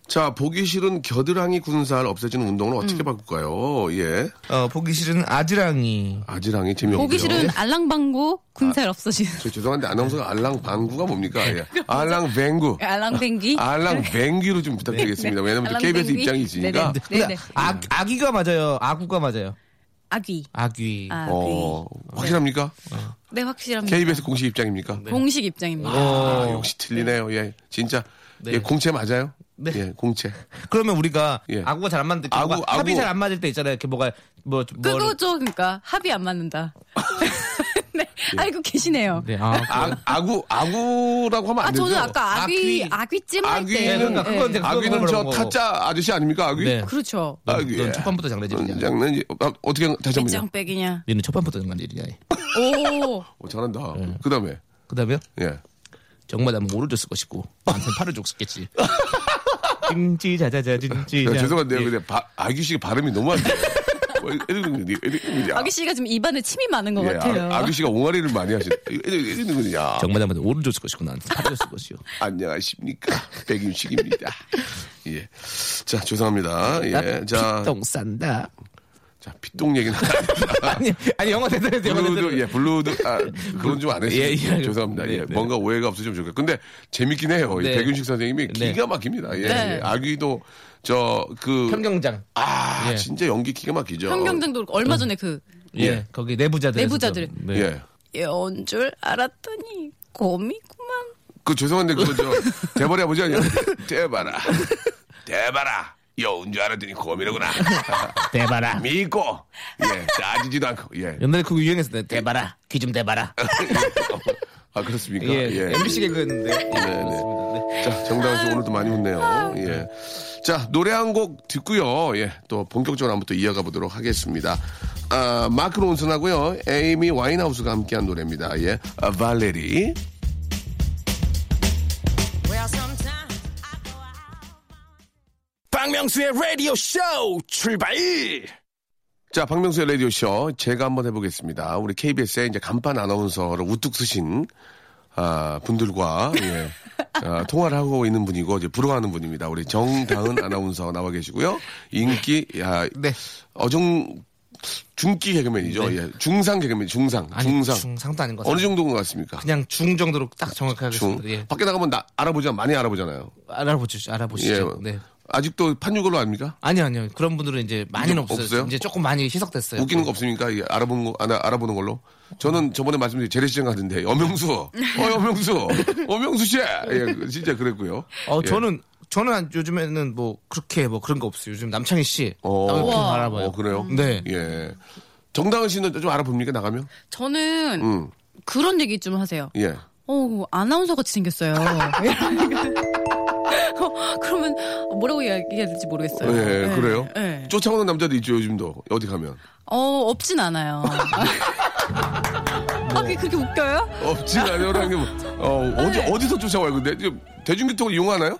Speaker 1: 자, 보기 싫은 겨드랑이 군살 없애지는 운동을
Speaker 5: 음.
Speaker 1: 어떻게 바꿀까요? 예.
Speaker 4: 어, 보기 싫은 아지랑이.
Speaker 1: 아지랑이 재미없고요.
Speaker 5: 보기 싫은 알랑방구 군살
Speaker 1: 아.
Speaker 5: 없어지는
Speaker 1: 저 죄송한데 아나운서가 알랑방구가 뭡니까? 예.
Speaker 5: 그렇죠.
Speaker 1: 알랑뱅구.
Speaker 5: 알랑뱅기.
Speaker 1: 아. 알랑뱅귀로 좀 부탁드리겠습니다. 왜냐면 또 KBS
Speaker 5: 알랑뱅귀.
Speaker 1: 입장이 있으니까.
Speaker 5: 네네.
Speaker 4: 근데
Speaker 5: 네네.
Speaker 4: 아, 아기가 맞아요. 아구가 맞아요.
Speaker 5: 아귀.
Speaker 4: 아귀.
Speaker 5: 아, 귀.
Speaker 1: 어, 확실합니까?
Speaker 5: 네, 확실합니다.
Speaker 1: KBS 공식 입장입니까?
Speaker 4: 네.
Speaker 5: 공식 입장입니다.
Speaker 4: 어,
Speaker 1: 아, 역시 틀리네요. 예. 진짜. 예, 공채 맞아요?
Speaker 4: 네.
Speaker 1: 예, 공채.
Speaker 4: 그러면 우리가
Speaker 1: 예.
Speaker 4: 아구가 잘 안 맞는데
Speaker 1: 아구,
Speaker 4: 아구,
Speaker 1: 아구.
Speaker 4: 합이 잘 안 맞을 때 있잖아요. 이렇게 뭐가 뭐 뭐를-
Speaker 5: 그거죠, 그러니까 합이 안 맞는다. 네, 알고 계시네요.
Speaker 4: 네, 아, 그-
Speaker 1: 아, 아구, 아구라고 하면 안
Speaker 5: 아,
Speaker 1: 되죠?
Speaker 5: 저는 아까 아귀,
Speaker 4: 아귀.
Speaker 5: 아귀찜 할 때. 네.
Speaker 1: 아귀는-
Speaker 4: 그러니까 그건 이제 그거
Speaker 1: 아귀는 저
Speaker 4: 물어보는 거고.
Speaker 1: 타짜 아저씨 아닙니까? 아귀?
Speaker 4: 네.
Speaker 5: 그렇죠.
Speaker 1: 아귀.
Speaker 4: 넌
Speaker 1: 예.
Speaker 4: 첫판부터 장례질이냐?
Speaker 1: 장난이 아, 어떻게
Speaker 5: 예,
Speaker 1: 다시 한번 요
Speaker 5: 장백이냐.
Speaker 4: 니는 첫판부터 장례질이냐?
Speaker 5: 오,
Speaker 1: 오, 잘한다.
Speaker 4: 예.
Speaker 1: 그 다음에,
Speaker 4: 그다음에
Speaker 1: 예.
Speaker 4: 정말 나면 모를 줬을 것이고 나한테 팔을 줬겠지. 찜지 자자자 찜지.
Speaker 1: 야, 죄송한데요.
Speaker 4: 예.
Speaker 1: 근데 바- 아기 씨 발음이 너무 안 돼요. 뭐, 애들은 애들은
Speaker 5: 아귀 씨가 지금 입안에 침이 많은 것
Speaker 1: 예,
Speaker 5: 같아요.
Speaker 1: 아, 아기 씨가 옹알이를 많이 하시네. 애들은 야
Speaker 4: 정말 나면 오를 줬을 것이고 나한테 팔을 줬을 것이요.
Speaker 1: 안녕하십니까. 백임식입니다. 예. 자, 죄송합니다. 예. 자,
Speaker 4: 똥 싼다.
Speaker 1: 자, 피똥 얘기는 안 합니다.
Speaker 4: 아니 아니 영어 대단해 영어
Speaker 1: 블루드, 예,
Speaker 4: 대단해.
Speaker 1: 블루드, 아, 그건 좀 안 했어요.
Speaker 4: 예, 예.
Speaker 1: 죄송합니다. 예,
Speaker 4: 네, 네.
Speaker 1: 뭔가 오해가 없으시면 좋겠고. 근데 재밌긴 해요. 이
Speaker 4: 네.
Speaker 1: 백윤식 선생님이
Speaker 4: 네.
Speaker 1: 기가 막힙니다. 예,
Speaker 5: 네.
Speaker 1: 예. 아귀도 저, 그.
Speaker 4: 평경장.
Speaker 1: 아,
Speaker 4: 예.
Speaker 1: 진짜 연기 기가 막히죠.
Speaker 5: 현경장도 그렇고
Speaker 1: 음.
Speaker 5: 얼마 전에 그
Speaker 4: 예. 거기 내부자들.
Speaker 5: 내부자들.
Speaker 4: 네.
Speaker 1: 예.
Speaker 5: 예언 줄 알았더니 곰이구만.
Speaker 1: 그 죄송한데 그거 저 대발이 아버지 아니야? 대발아. 대발아. 여운 줄 알았더니 고민이구나.
Speaker 4: 대바라.
Speaker 1: 믿고. 예. 따지지도 않고. 예.
Speaker 4: 옛날에 그거 유행했었는데 대바라. 귀 좀 대바라.
Speaker 1: 아 그렇습니까?
Speaker 4: 예. MBC 개그였는데.
Speaker 1: 네, 네. 자, 정다은 씨 오늘도 많이 웃네요. 예. 자, 노래 한 곡 듣고요. 예. 또 본격적으로 한번 또 이어가 보도록 하겠습니다. 아, 마크 론슨하고요. 에이미 와인하우스가 함께한 노래입니다. 예. 아, 발레리.
Speaker 2: 박명수의 라디오 쇼 출발!
Speaker 1: 자, 박명수의 라디오쇼. 제가 한번 해보겠습니다. 우리 KBS의 이제 간판 아나운서를 우뚝 쓰신, 아, 분들과, 예, 아, 통화를 하고 있는 분이고, 이제 부러워하는 분입니다. 우리 정다은 아나운서 나와 계시고요. 인기, 야,
Speaker 4: 네.
Speaker 1: 어중, 중기 개그맨이죠. 예, 중상 개그맨, 중상,
Speaker 4: 아니,
Speaker 1: 중상.
Speaker 4: 중상도 아닌 것 같아요.
Speaker 1: 어느 정도인 것 같습니까?
Speaker 4: 그냥 중 정도로 딱 정확하게
Speaker 1: 중.
Speaker 4: 중. 예.
Speaker 1: 밖에 나가면 나, 알아보자, 많이 알아보잖아요.
Speaker 4: 알아보시죠. 알아보시죠.
Speaker 1: 예.
Speaker 4: 네.
Speaker 1: 아직도 판유걸로 압니까?
Speaker 4: 아니요, 아니요. 그런 분들은 이제 많이는 없어요.
Speaker 1: 없어요?
Speaker 4: 이제 조금 많이
Speaker 5: 네.
Speaker 4: 희석됐어요.
Speaker 1: 웃기는 거 없습니까? 이 알아본 거, 아, 알아보는 걸로. 저는 저번에 말씀드린 재래시장 갔는데, 엄영수, 어, 엄영수, 엄영수 씨! 예, 그, 진짜 그랬고요.
Speaker 4: 어,
Speaker 1: 예.
Speaker 4: 저는 저는 안- 요즘에는 뭐 그렇게 뭐 그런 거 없어요. 요즘 남창희 씨.
Speaker 1: 어.
Speaker 4: 나왜 이렇게
Speaker 1: 우와.
Speaker 4: 알아봐요.
Speaker 1: 어, 그래요?
Speaker 4: 네.
Speaker 1: 예. 정다은 씨는 좀 알아봅니까, 나가면?
Speaker 5: 저는
Speaker 1: 음.
Speaker 5: 그런 얘기 좀 하세요.
Speaker 1: 예.
Speaker 5: 어, 아나운서 같이 생겼어요. 어, 그러면 뭐라고 이야기해야 될지
Speaker 1: 예,
Speaker 5: 모르겠어요. 네,
Speaker 1: 그래요?
Speaker 5: 네.
Speaker 1: 쫓아오는 남자도 있죠, 요즘도. 어디 가면.
Speaker 5: 어, 없진 않아요. 아, 그게 그렇게 웃겨요?
Speaker 1: 없지, 아니요라는 게, 뭐, 어, 어디,
Speaker 5: 네.
Speaker 1: 어디서 쫓아와요, 근데? 지금 대중교통을 이용하나요?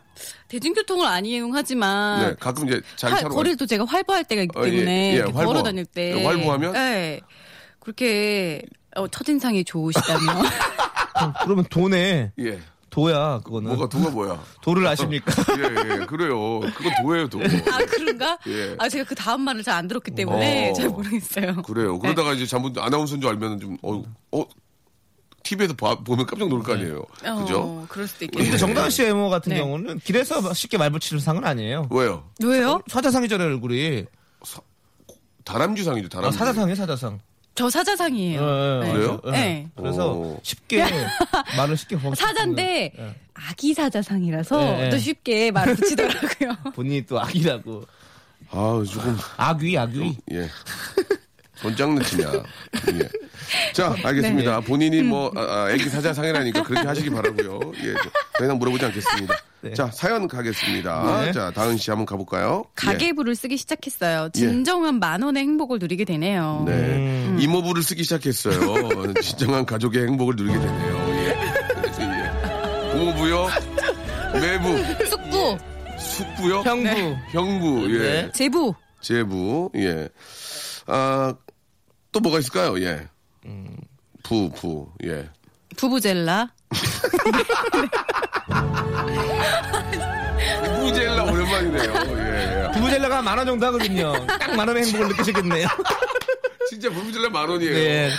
Speaker 5: 대중교통을 안 이용하지만
Speaker 1: 네, 가끔 이제 자기
Speaker 5: 활-
Speaker 1: 차로.
Speaker 5: 아. 거리를 또 제가 활보할 때가 있기
Speaker 1: 어, 예,
Speaker 5: 때문에
Speaker 1: 예,
Speaker 5: 이렇게
Speaker 1: 활보.
Speaker 5: 걸어 다닐 때
Speaker 1: 예, 활보하면?
Speaker 5: 네. 그렇게 어, 첫인상이 좋으시다면
Speaker 4: 그럼- 그러면 도네.
Speaker 1: 가- 예.
Speaker 4: 도야, 그거는.
Speaker 1: 뭐가, 도가 뭐야?
Speaker 4: 도를 아십니까?
Speaker 1: 예, 예, 그래요. 그건 도예요, 도.
Speaker 5: 아 그런가?
Speaker 1: 예.
Speaker 5: 아 제가 그 다음 말을 잘 안 들었기 때문에
Speaker 1: 어.
Speaker 5: 잘 모르겠어요.
Speaker 1: 그래요. 그러다가 이제 잘못 아나운서인 줄 알면 좀, 어, 어, TV에서 봐, 보면 깜짝 놀랄 거 아니에요. 그죠?
Speaker 5: 어, 그럴 수도
Speaker 4: 근데
Speaker 5: 있겠네요.
Speaker 4: 정다은 씨의 외모 같은
Speaker 5: 네.
Speaker 4: 경우는 길에서 쉽게 말 붙이는 상은 아니에요.
Speaker 1: 왜요?
Speaker 5: 왜요?
Speaker 4: 사자상이잖아요, 얼굴이.
Speaker 1: 다람쥐상이죠,
Speaker 4: 아,
Speaker 1: 다람쥐.
Speaker 4: 사자상이에요, 사자상.
Speaker 5: 저 사자상이에요.
Speaker 4: 예, 예,
Speaker 1: 그래요?
Speaker 4: 예.
Speaker 5: 네.
Speaker 1: 오.
Speaker 4: 그래서 쉽게 말을 쉽게 하고
Speaker 5: 사자인데
Speaker 4: 싶은 거예요.
Speaker 5: 아기 사자상이라서
Speaker 4: 어. 예, 예.
Speaker 5: 또 쉽게 말을 붙이더라고요.
Speaker 4: 예. 본인이 또 악이라고.
Speaker 1: 아, 조금
Speaker 4: 악귀, 악귀.
Speaker 1: 예. 손장난 치냐. 예. 자, 알겠습니다. 본인이 뭐, 아, 아, 애기 사자상이라니까 그렇게 하시기 바라고요 예. 저, 더 이상 물어보지 않겠습니다. 자, 사연 가겠습니다.
Speaker 4: 네.
Speaker 1: 자, 다은 씨 한번 가볼까요? 예.
Speaker 5: 가계부를 쓰기 시작했어요. 진정한 만 원의 행복을 누리게 되네요.
Speaker 1: 네. 이모부를 쓰기 시작했어요. 진정한 가족의 행복을 누리게 되네요. 예. 예. 고부요, 매부,
Speaker 5: 숙부,
Speaker 1: 숙부요,
Speaker 4: 형부.
Speaker 5: 네.
Speaker 1: 형부, 예.
Speaker 4: 네.
Speaker 5: 제부,
Speaker 1: 제부, 예. 아, 또 뭐가 있을까요? 예. 부, 부, 예.
Speaker 5: 부부젤라,
Speaker 1: 부젤라 오랜만이네요. 예. 예.
Speaker 4: 부부젤라가 만 원 정도 하거든요. 딱 만 원의 행복을 느끼시겠네요.
Speaker 1: 진짜 부부젤라 만 원이에요.
Speaker 4: 네,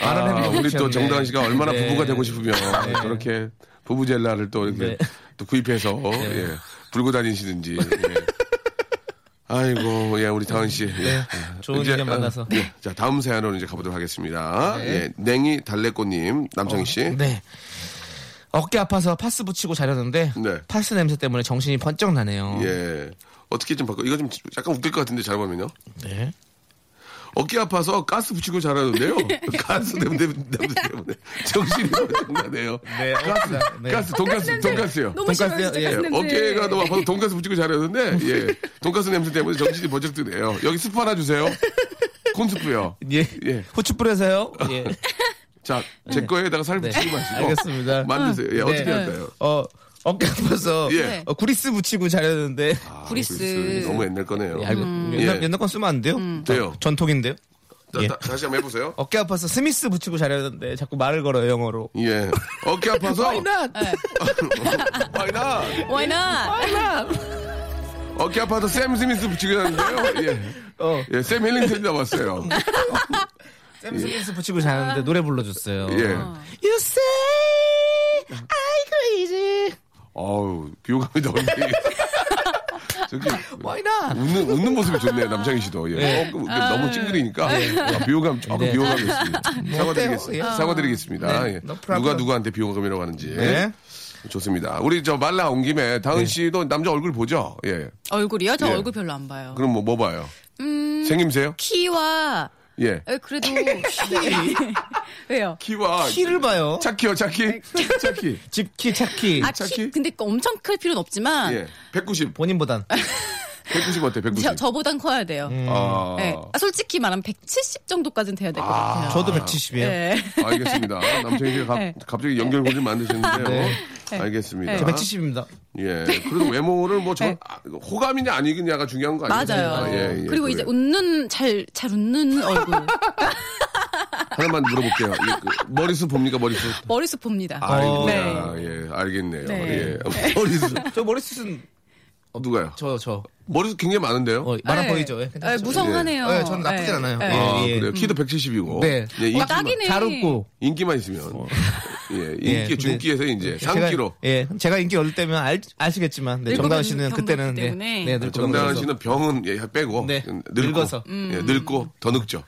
Speaker 4: 딱만 원의
Speaker 1: 아,
Speaker 4: 행복을
Speaker 1: 우리 또
Speaker 4: 느끼셨네.
Speaker 1: 정다은 씨가 얼마나
Speaker 4: 네.
Speaker 1: 부부가 되고 싶으면 저렇게 부부젤라를 또 이렇게
Speaker 4: 네.
Speaker 1: 또 구입해서 예. 불고 다니시는지. 예. 아이고, 예, 우리 다은 씨. 예.
Speaker 4: 네. 좋은
Speaker 1: 이제,
Speaker 4: 인연
Speaker 1: 아,
Speaker 4: 만나서.
Speaker 1: 예. 자, 다음 사연으로 이제 가보도록 하겠습니다. 예, 냉이 달래꽃님, 남창희 씨.
Speaker 4: 네. 어깨 아파서 파스 붙이고 자려는데
Speaker 1: 네.
Speaker 4: 파스 냄새 때문에 정신이 번쩍 나네요.
Speaker 1: 예. 어떻게 좀 바꿔? 이거 좀 약간 웃길 것 같은데 잘보면요
Speaker 4: 네.
Speaker 1: 어깨 아파서 가스 붙이고 자라는데요.
Speaker 4: 네.
Speaker 1: 가스 냄새 냄새 때문에 정신이 번쩍 나네요.
Speaker 4: 네,
Speaker 1: 가스,
Speaker 4: 어깨다. 네.
Speaker 1: 가스, 돈가스, 돈가스요.
Speaker 5: 너무
Speaker 4: 돈가스요?
Speaker 5: 싫어요. 진짜
Speaker 4: 예.
Speaker 5: 가슴 냄새.
Speaker 1: 어깨가 너무 아파서 돈가스 붙이고 자라는데, 예. 돈가스 냄새 때문에 정신이 번쩍 드네요. 여기 스프 하나 주세요. 콘스프요.
Speaker 4: 예.
Speaker 1: 예. 어.
Speaker 4: 후추 뿌려서요. 예.
Speaker 1: 자, 제 거에다가 살
Speaker 4: 네.
Speaker 1: 붙이지 마시고.
Speaker 4: 알겠습니다.
Speaker 1: 만드세요. 예, 어떻게
Speaker 4: 네.
Speaker 1: 할까요?
Speaker 4: 어, 어깨 아파서
Speaker 1: 예.
Speaker 5: 네.
Speaker 4: 어, 구리스 붙이고 자려는데
Speaker 1: 아,
Speaker 5: 구리스.
Speaker 1: 너무 옛날 거네요.
Speaker 4: 예, 알고,
Speaker 1: 예.
Speaker 4: 옛날, 옛날 건 쓰면 안 돼요?
Speaker 5: 음.
Speaker 1: 돼요.
Speaker 4: 전통인데요?
Speaker 1: 자,
Speaker 4: 예.
Speaker 1: 다- 다시 한번 해보세요.
Speaker 4: 어깨 아파서 스미스 붙이고 자려는데 자꾸 말을 걸어요, 영어로.
Speaker 1: 예. 어깨 아파서.
Speaker 4: Why not?
Speaker 1: Why not?
Speaker 5: Why not?
Speaker 1: 어깨 아파서 샘 스미스 붙이고 자는데요. 예.
Speaker 4: 어,
Speaker 1: 예, 샘 힐링턴이 나왔어요.
Speaker 4: 샘 스미스 붙이고 자는데 노래 불러줬어요.
Speaker 1: 예.
Speaker 4: You say I crazy.
Speaker 1: 어우, 비호감이 너무. 저기,
Speaker 4: Why not?
Speaker 1: 웃는, 웃는 모습이 좋네요, 남창희 씨도. 예.
Speaker 4: 예.
Speaker 1: 조금, 너무 찡그리니까. 아, 비호감, 조금
Speaker 4: 네.
Speaker 1: 비호감이 있습니다. 사과드리겠습니다. 예?
Speaker 4: 어때요?
Speaker 1: 사과드리겠습니다.
Speaker 4: 네,
Speaker 1: 예.
Speaker 4: no problem.
Speaker 1: 누가 누구한테 비호감이라고 하는지.
Speaker 4: 네.
Speaker 1: 좋습니다. 우리 저 말 나온 김에 다은 씨도 남자 얼굴 보죠? 예.
Speaker 5: 얼굴이요? 저
Speaker 1: 예.
Speaker 5: 얼굴 별로 안 봐요.
Speaker 1: 그럼 뭐, 뭐 봐요?
Speaker 5: 음,
Speaker 1: 생김새요?
Speaker 5: 키와
Speaker 1: 예.
Speaker 5: 에, 그래도 네. 왜요?
Speaker 1: 키와.
Speaker 4: 키를 봐요.
Speaker 1: 아, 차키요, 차키. 차키.
Speaker 4: 집키, 차키.
Speaker 5: 아,
Speaker 1: 차키?
Speaker 5: 키 근데 엄청 클 필요는 없지만
Speaker 1: 예. 190.
Speaker 4: 본인보단.
Speaker 1: 아. 190 어때, 190?
Speaker 5: 저, 저보단 커야 돼요.
Speaker 4: 음.
Speaker 1: 아.
Speaker 5: 예. 아, 솔직히 말하면 170 정도까지는 돼야 될 것 같아요.
Speaker 4: 저도 170이에요.
Speaker 5: 예.
Speaker 1: 알겠습니다. 남창희 씨가
Speaker 5: 네.
Speaker 1: 갑, 갑자기 연결고리 만드셨는데요. 알겠습니다.
Speaker 4: 네. 저 170입니다.
Speaker 1: 예. 그래도 외모를 뭐 저,
Speaker 5: 네.
Speaker 1: 호감이냐 아니겠냐가 중요한 거 아니에요? 예,
Speaker 5: 맞아요. 그리고 이제 웃는 잘 잘 웃는 얼굴
Speaker 1: 하나만 물어볼게요. 이 그, 머리숱 봅니까, 머리숱?
Speaker 5: 머리숱 봅니다.
Speaker 1: 아이고야. 예, 알겠네요.
Speaker 5: 네.
Speaker 1: 예. 머리숱. 어,
Speaker 4: 저 머리숱은
Speaker 1: 누가요?
Speaker 4: 저, 저.
Speaker 1: 머리숱 굉장히 많은데요.
Speaker 4: 어, 말아 보이죠? 예,
Speaker 5: 예,
Speaker 4: 괜찮죠?
Speaker 5: 무성하네요.
Speaker 4: 예, 전 나쁘진
Speaker 5: 예.
Speaker 4: 않아요.
Speaker 5: 예.
Speaker 1: 아,
Speaker 4: 예, 예.
Speaker 1: 그래요. 키도 170이고.
Speaker 4: 네.
Speaker 1: 예,
Speaker 5: 어,
Speaker 1: 인기만,
Speaker 5: 딱이네.
Speaker 4: 잘 웃고.
Speaker 1: 인기만 있으면. 예, 인기,
Speaker 4: 예,
Speaker 1: 중기에서 이제 상기로.
Speaker 4: 제가, 예, 제가 인기 어릴 때면 알, 아시겠지만, 네, 정다은
Speaker 5: 늙어가는
Speaker 4: 씨는 그때는,
Speaker 5: 경우기
Speaker 4: 네,
Speaker 5: 때문에.
Speaker 4: 네, 늙고
Speaker 1: 아, 정다은
Speaker 4: 그래서.
Speaker 1: 씨는 병은 예, 빼고
Speaker 4: 네,
Speaker 1: 늙고,
Speaker 4: 늙어서.
Speaker 1: 예, 늙고 더 늙죠.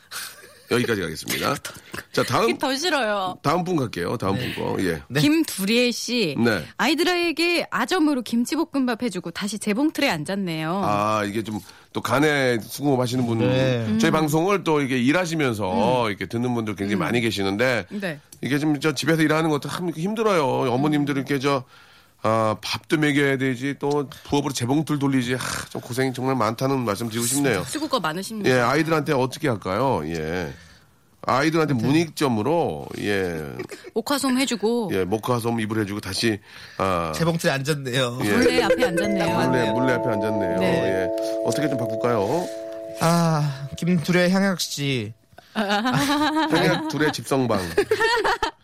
Speaker 1: 여기까지 가겠습니다. 자 다음
Speaker 5: 이게 더 싫어요.
Speaker 1: 다음 분 갈게요. 다음 분 거. 예.
Speaker 4: 네.
Speaker 5: 김두리엘 씨
Speaker 1: 네.
Speaker 5: 아이들에게 아점으로 김치볶음밥 해주고 다시 재봉틀에 앉았네요.
Speaker 1: 아 이게 좀 또 간에 수공업 하시는 분
Speaker 4: 네.
Speaker 1: 저희 방송을 또 이렇게 일하시면서 이렇게 듣는 분들 굉장히 많이 계시는데
Speaker 5: 네.
Speaker 1: 이게 좀 저 집에서 일하는 것도 참 힘들어요. 어머님들 이렇게 저 아, 밥도 먹여야 되지 또 부업으로 재봉틀 돌리지 하, 좀 고생이 정말 많다는 말씀 드리고 싶네요.
Speaker 5: 수고가 많으십니다.
Speaker 1: 예, 아이들한테 어떻게 할까요? 예. 아이들한테 문익점으로 예,
Speaker 5: 옥화솜 해주고
Speaker 1: 예, 목화솜 입을 해주고 다시 아,
Speaker 4: 재봉틀에 앉았네요.
Speaker 1: 예,
Speaker 5: 원래 앞에 앉았네요.
Speaker 1: 물레 물레 앞에 앉았네요.
Speaker 5: 네.
Speaker 1: 예, 어떻게 좀 바꿀까요?
Speaker 4: 아, 김두래 향약 씨.
Speaker 1: 향약 둘의 집성방,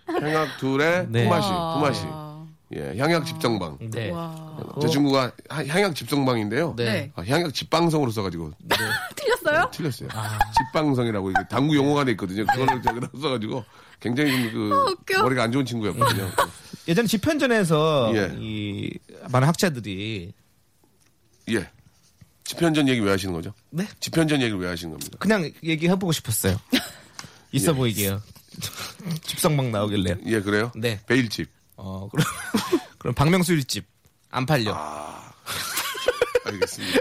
Speaker 1: 향약 둘의
Speaker 4: 네.
Speaker 1: 품앗이,
Speaker 5: 아.
Speaker 1: 품앗이, 예, 향약 집성방.
Speaker 4: 네.
Speaker 5: 와.
Speaker 1: 제 친구가 하- 향약 집성방인데요.
Speaker 4: 네.
Speaker 1: 아, 향약 집방성으로 써가지고
Speaker 5: 아, 틀렸어요?
Speaker 1: 틀렸어요.
Speaker 4: 아.
Speaker 1: 집방성이라고 이게 당구 용어가 돼 있거든요.
Speaker 4: 네.
Speaker 1: 그걸 제가 써가지고 굉장히 좀 그
Speaker 5: 아, 웃겨.
Speaker 1: 머리가 안 좋은 친구였거든요.
Speaker 4: 예전 집현전에서
Speaker 1: 예.
Speaker 4: 이 많은 학자들이
Speaker 1: 예. 집현전 얘기 왜 하시는 거죠?
Speaker 4: 네?
Speaker 1: 집현전 얘기 왜 하시는 겁니까?
Speaker 4: 그냥 얘기해보고 싶었어요. 있어 보이게요. 집성 막 나오길래.
Speaker 1: 예, 그래요?
Speaker 4: 네.
Speaker 1: 베일집.
Speaker 4: 어, 그럼, 그럼 박명수 일집. 안 팔려.
Speaker 1: 아, 알겠습니다.